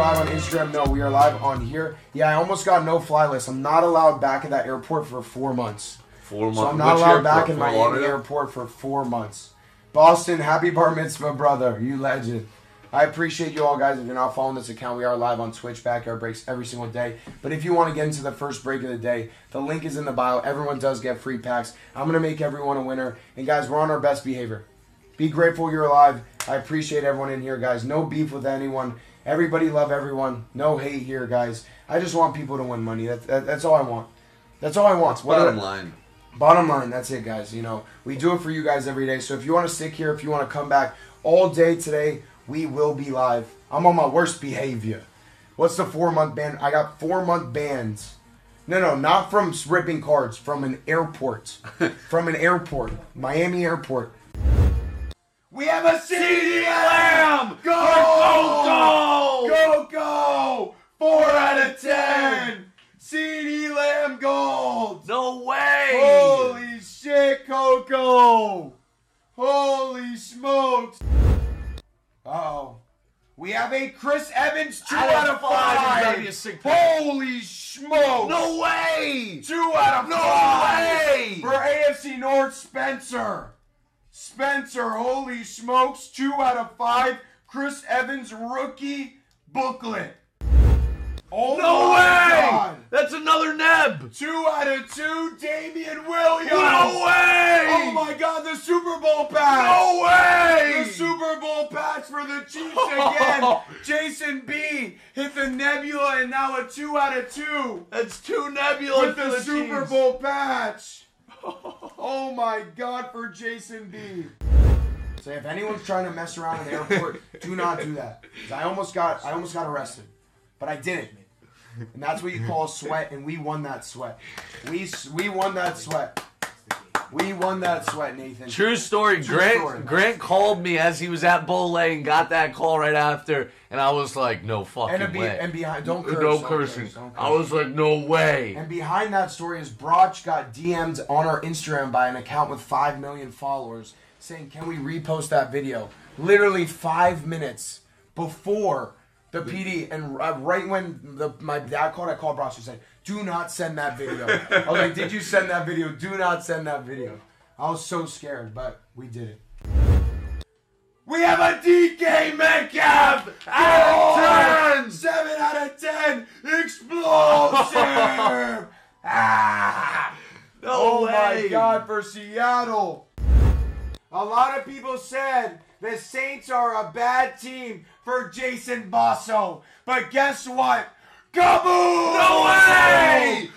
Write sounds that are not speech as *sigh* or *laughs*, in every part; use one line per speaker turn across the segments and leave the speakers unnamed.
Uh, Instagram. No, we are live on here. Yeah, I almost got no fly list. I'm not allowed back at that airport for four months.
Four months.
So I'm not
Which
allowed
airport?
back in
Fort
Miami
Lauderdale?
airport for four months. Boston, happy bar mitzvah, brother. You legend. I appreciate you all guys. If you're not following this account, we are live on Twitch, backyard breaks every single day. But if you want to get into the first break of the day, the link is in the bio. Everyone does get free packs. I'm gonna make everyone a winner. And guys, we're on our best behavior. Be grateful you're alive. I appreciate everyone in here, guys. No beef with anyone. Everybody love everyone. No hate here, guys. I just want people to win money. That, that, that's all I want. That's all I want. What-
Bottom line.
Bottom line, that's it, guys. You know, we do it for you guys every day. So if you want to stick here, if you want to come back all day today, we will be live. I'm on my worst behavior. What's the four month ban? I got four month bans. No, no, not from ripping cards, from an airport. from an airport, Miami airport. We have a CD Lamb! Go! Go! Go! Go! Four out of ten! CD Lamb Gold!
No way.
Holy shit, Coco! Holy smokes! Oh, we have a Chris Evans two
Out of
out of
five, he's
five.
gotta be a sick pick.
Holy smokes!
No way.
two out of
No
five
way.
for AFC North. Spencer, Spencer. Holy smokes! Two out of five. Chris Evans rookie booklet. Oh
No
my
way.
God.
That's another neb.
Two out of two, Damian Williams.
No way.
Oh my God, the Super Bowl patch.
No way.
The Super Bowl patch for the Chiefs
*laughs*
again. Jason B hit the Nebula and now a two out of two
That's two nebula
with
for
the Super
Chiefs.
Bowl patch. Oh my God, for Jason B. So if anyone's trying to mess around in the airport, do not do that. 'Cause I almost got, I almost got arrested, but I didn't. And that's what you call a sweat, and we won that sweat. We s- we won that sweat. We won that sweat, Nathan.
True story. Grant
story.
Grant called me as he was at Bolay and got that call right after, and I was like, "No fucking
And, a be,
way."
and behind, don't curse.
no
don't
cursing.
curse, don't curse.
I was like, "No way."
And behind that story is Broch got DM'd on our Instagram by an account with 5 million followers saying, Can we repost that video? Literally five minutes before the PD, and uh, right when the, my dad called, I called Broch and said, Do not send that video. I was like, Did you send that video? Do not send that video. I was so scared, but we did it. We have a DK Metcalf out of 10! 7 out of 10! Explosive! *laughs* ah!
No
Oh my
way.
god, for Seattle! A lot of people said the Saints are a bad team for Jason Basso, but guess what? Kaboom!
No way!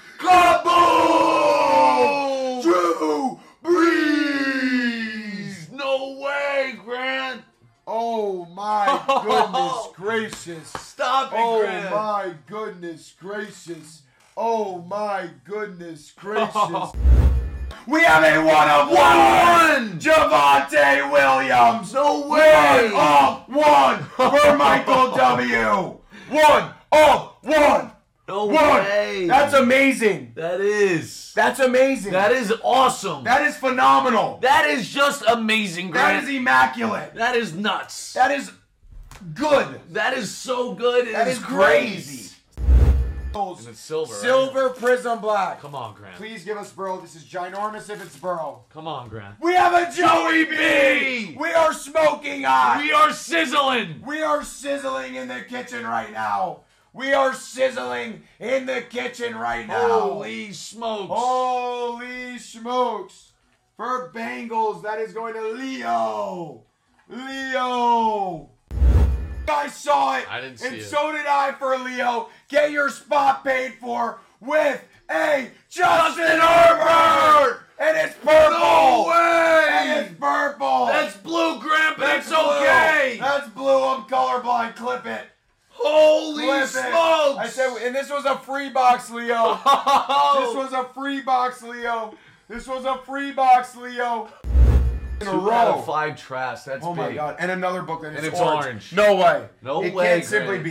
Kaboom! Drew Brees!
Jeez, No way, Grant.
Oh my goodness gracious.
Stop it,
Oh
Grant.
my goodness gracious. Oh my goodness gracious. We have a one of
One!
Javante Williams.
No way.
One of one for Michael W. One of one.
No
One.
way.
That's amazing.
that is.
That's amazing.
That is awesome.
that is phenomenal.
that is just amazing,
that
Grant.
is immaculate.
that is nuts.
That is good.
that is so good. It
That is crazy.
And it's silver. right?
Silver Prism Black.
Come on, Grant.
Please give us Burrow. This is ginormous if it's Burrow.
Come on, Grant.
We have a Joey
B!
We are smoking hot.
We are sizzling.
We are sizzling in the kitchen right now. We are sizzling in the kitchen right now.
Holy smokes.
Oh, Holy smokes. For Bengals, that is going to Leo. Leo. I saw it.
I didn't see
and
it.
so did I for Leo. Get your spot paid for with a Justin,
Justin
Herbert.
Herbert.
And it's purple.
No way.
And it's purple.
That's blue, Grant, but
That's
it's
blue.
okay.
That's blue. I'm colorblind. Clip it.
Holy
Clip
smokes. Oh,
it. I said,
*laughs*
and this was a free box, Leo. This was a free box, Leo. This was a free box, Leo. In a
Two out of
row.
five trash. That's
Oh my
big.
god. And another booklet.
And it's orange.
No way.
No
it
way,
can't simply
Grant.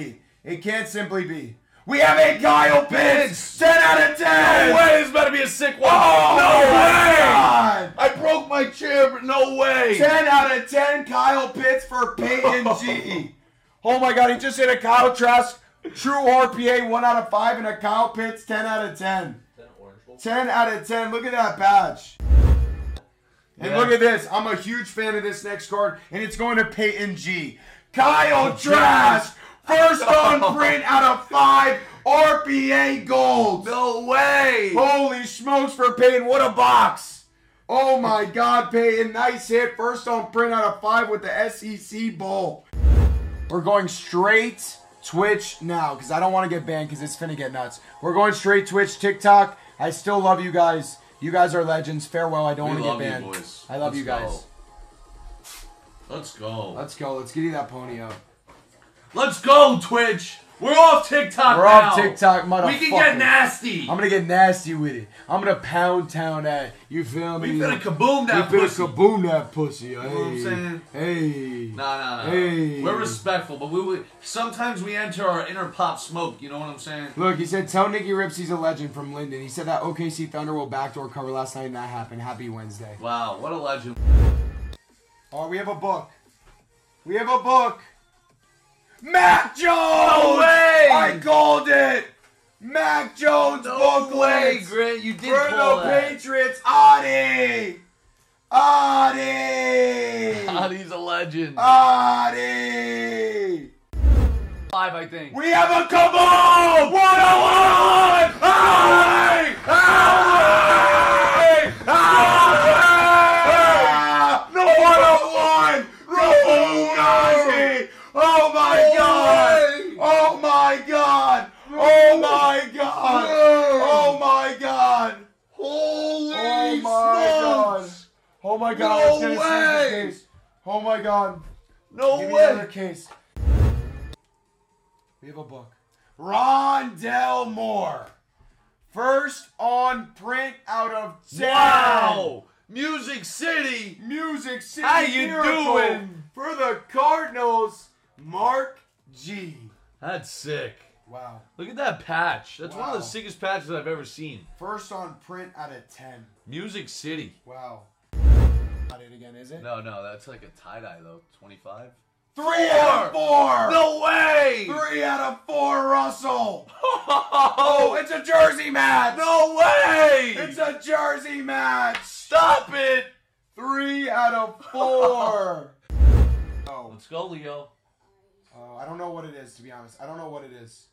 be. It can't simply be. We have a Kyle Pitts. 10 out of 10.
No way. This is about to be a sick one.
Oh
no
my
way.
God.
I broke my chair. but No way.
10 out
*laughs*
of 10 Kyle Pitts for Peyton G. Oh my god, he just hit a Kyle Trask True RPA, 1 out of 5, and a Kyle Pitts, 10 out of 10.
Is that an orange bowl?
10 out of 10. Look at that badge. And
Yeah.
look at this. I'm a huge fan of this next card, and it's going to Peyton G. Kyle Trask, first
*laughs*
on print out of 5, RPA gold.
No way.
Holy smokes for Peyton. What a box. Oh my God, Peyton. Nice hit. First on print out of five with the SEC Bowl. We're going straight Twitch now because I don't want to get banned because it's finna get nuts. We're going straight Twitch, TikTok. I still love you guys. You guys are legends. Farewell. I don't
We
want to get
love
banned.
you, boys.
I love
Let's
you guys.
go. Let's go.
Let's go. Let's get you that pony up.
Let's go, Twitch. We're off TikTok
We're off
now.
TikTok, motherfucker.
We can get nasty.
I'm gonna get nasty with it. I'm gonna pound town that. You feel me?
we finna kaboom
We
that
finna
pussy.
kaboom that pussy. You
know what I'm saying?
Hey.
Nah, nah, nah.
Hey.
We're respectful, but we, we sometimes we enter our inner pop smoke. You know what I'm saying?
Look, he said, tell Nicky Rips he's a legend from Linden. He said that OKC Thunder will backdoor cover last night and that happened. Happy Wednesday.
Wow, what a legend.
Oh, we have a book. We have a book. Mac Jones! No
way!
I called it! Mac Jones book legs!
Grant, you did
For the Patriots, Adi! Adi!
Adi's a legend.
Ah. Adi!
Five, I think.
We have a kaboom! What a one! Hey! Hey! Hey! No one a one! Rabunazi! Oh my god! Oh my god! Oh my god! Oh my god!
Holy
Oh my god! Oh my god! I was gonna sneeze the
way.
case. Oh my god!
No
Give me another case. We have a book. Rondell Moore. First on print out of 10.
Wow! Music City!
Music City
How you
Miracle
doing?
For the Cardinals, Mark G.
That's sick.
Wow.
Look at that patch. That's one of
Wow.
the sickest patches I've ever seen.
First on print out of 10.
Music City.
Wow. Not it again, is it?
No, no, that's like a tie dye though. 25?
Three out of four.
No *laughs* way!
Three out of four, Russell. Oh, it's a jersey match.
no way!
It's a jersey match.
Stop it!
Three out
*laughs*
of four. oh,
Let's go, Leo.
uh, I don't know what it is to be honest. I don't know what it is.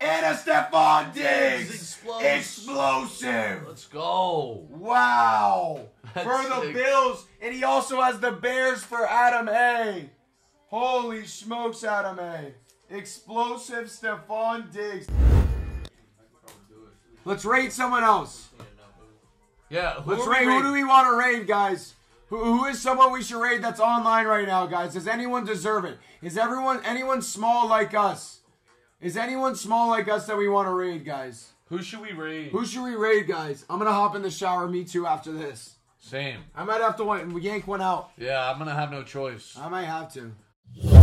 And a Stephon Diggs
Diggs explodes.
explosive.
Let's go.
Wow,
*laughs* That's
for the
sick.
Bills, and he also has the Bears for Adam A. Holy smokes, Adam A. Explosive Stephon Diggs. Let's rate someone else.
Yeah, who
Let's
are we
rate. Who
rating?
do we want to raid, guys? Who, who is someone we should raid that's online right now, guys? Does anyone deserve it? Is everyone anyone small like us? Is anyone small like us that we want to raid, guys?
Who should we rate?
Who should we raid, guys? I'm gonna hop in the shower. Me too. After this,
Same.
I might have to wa- yank one out.
Yeah, I'm gonna have no choice.
I might have to.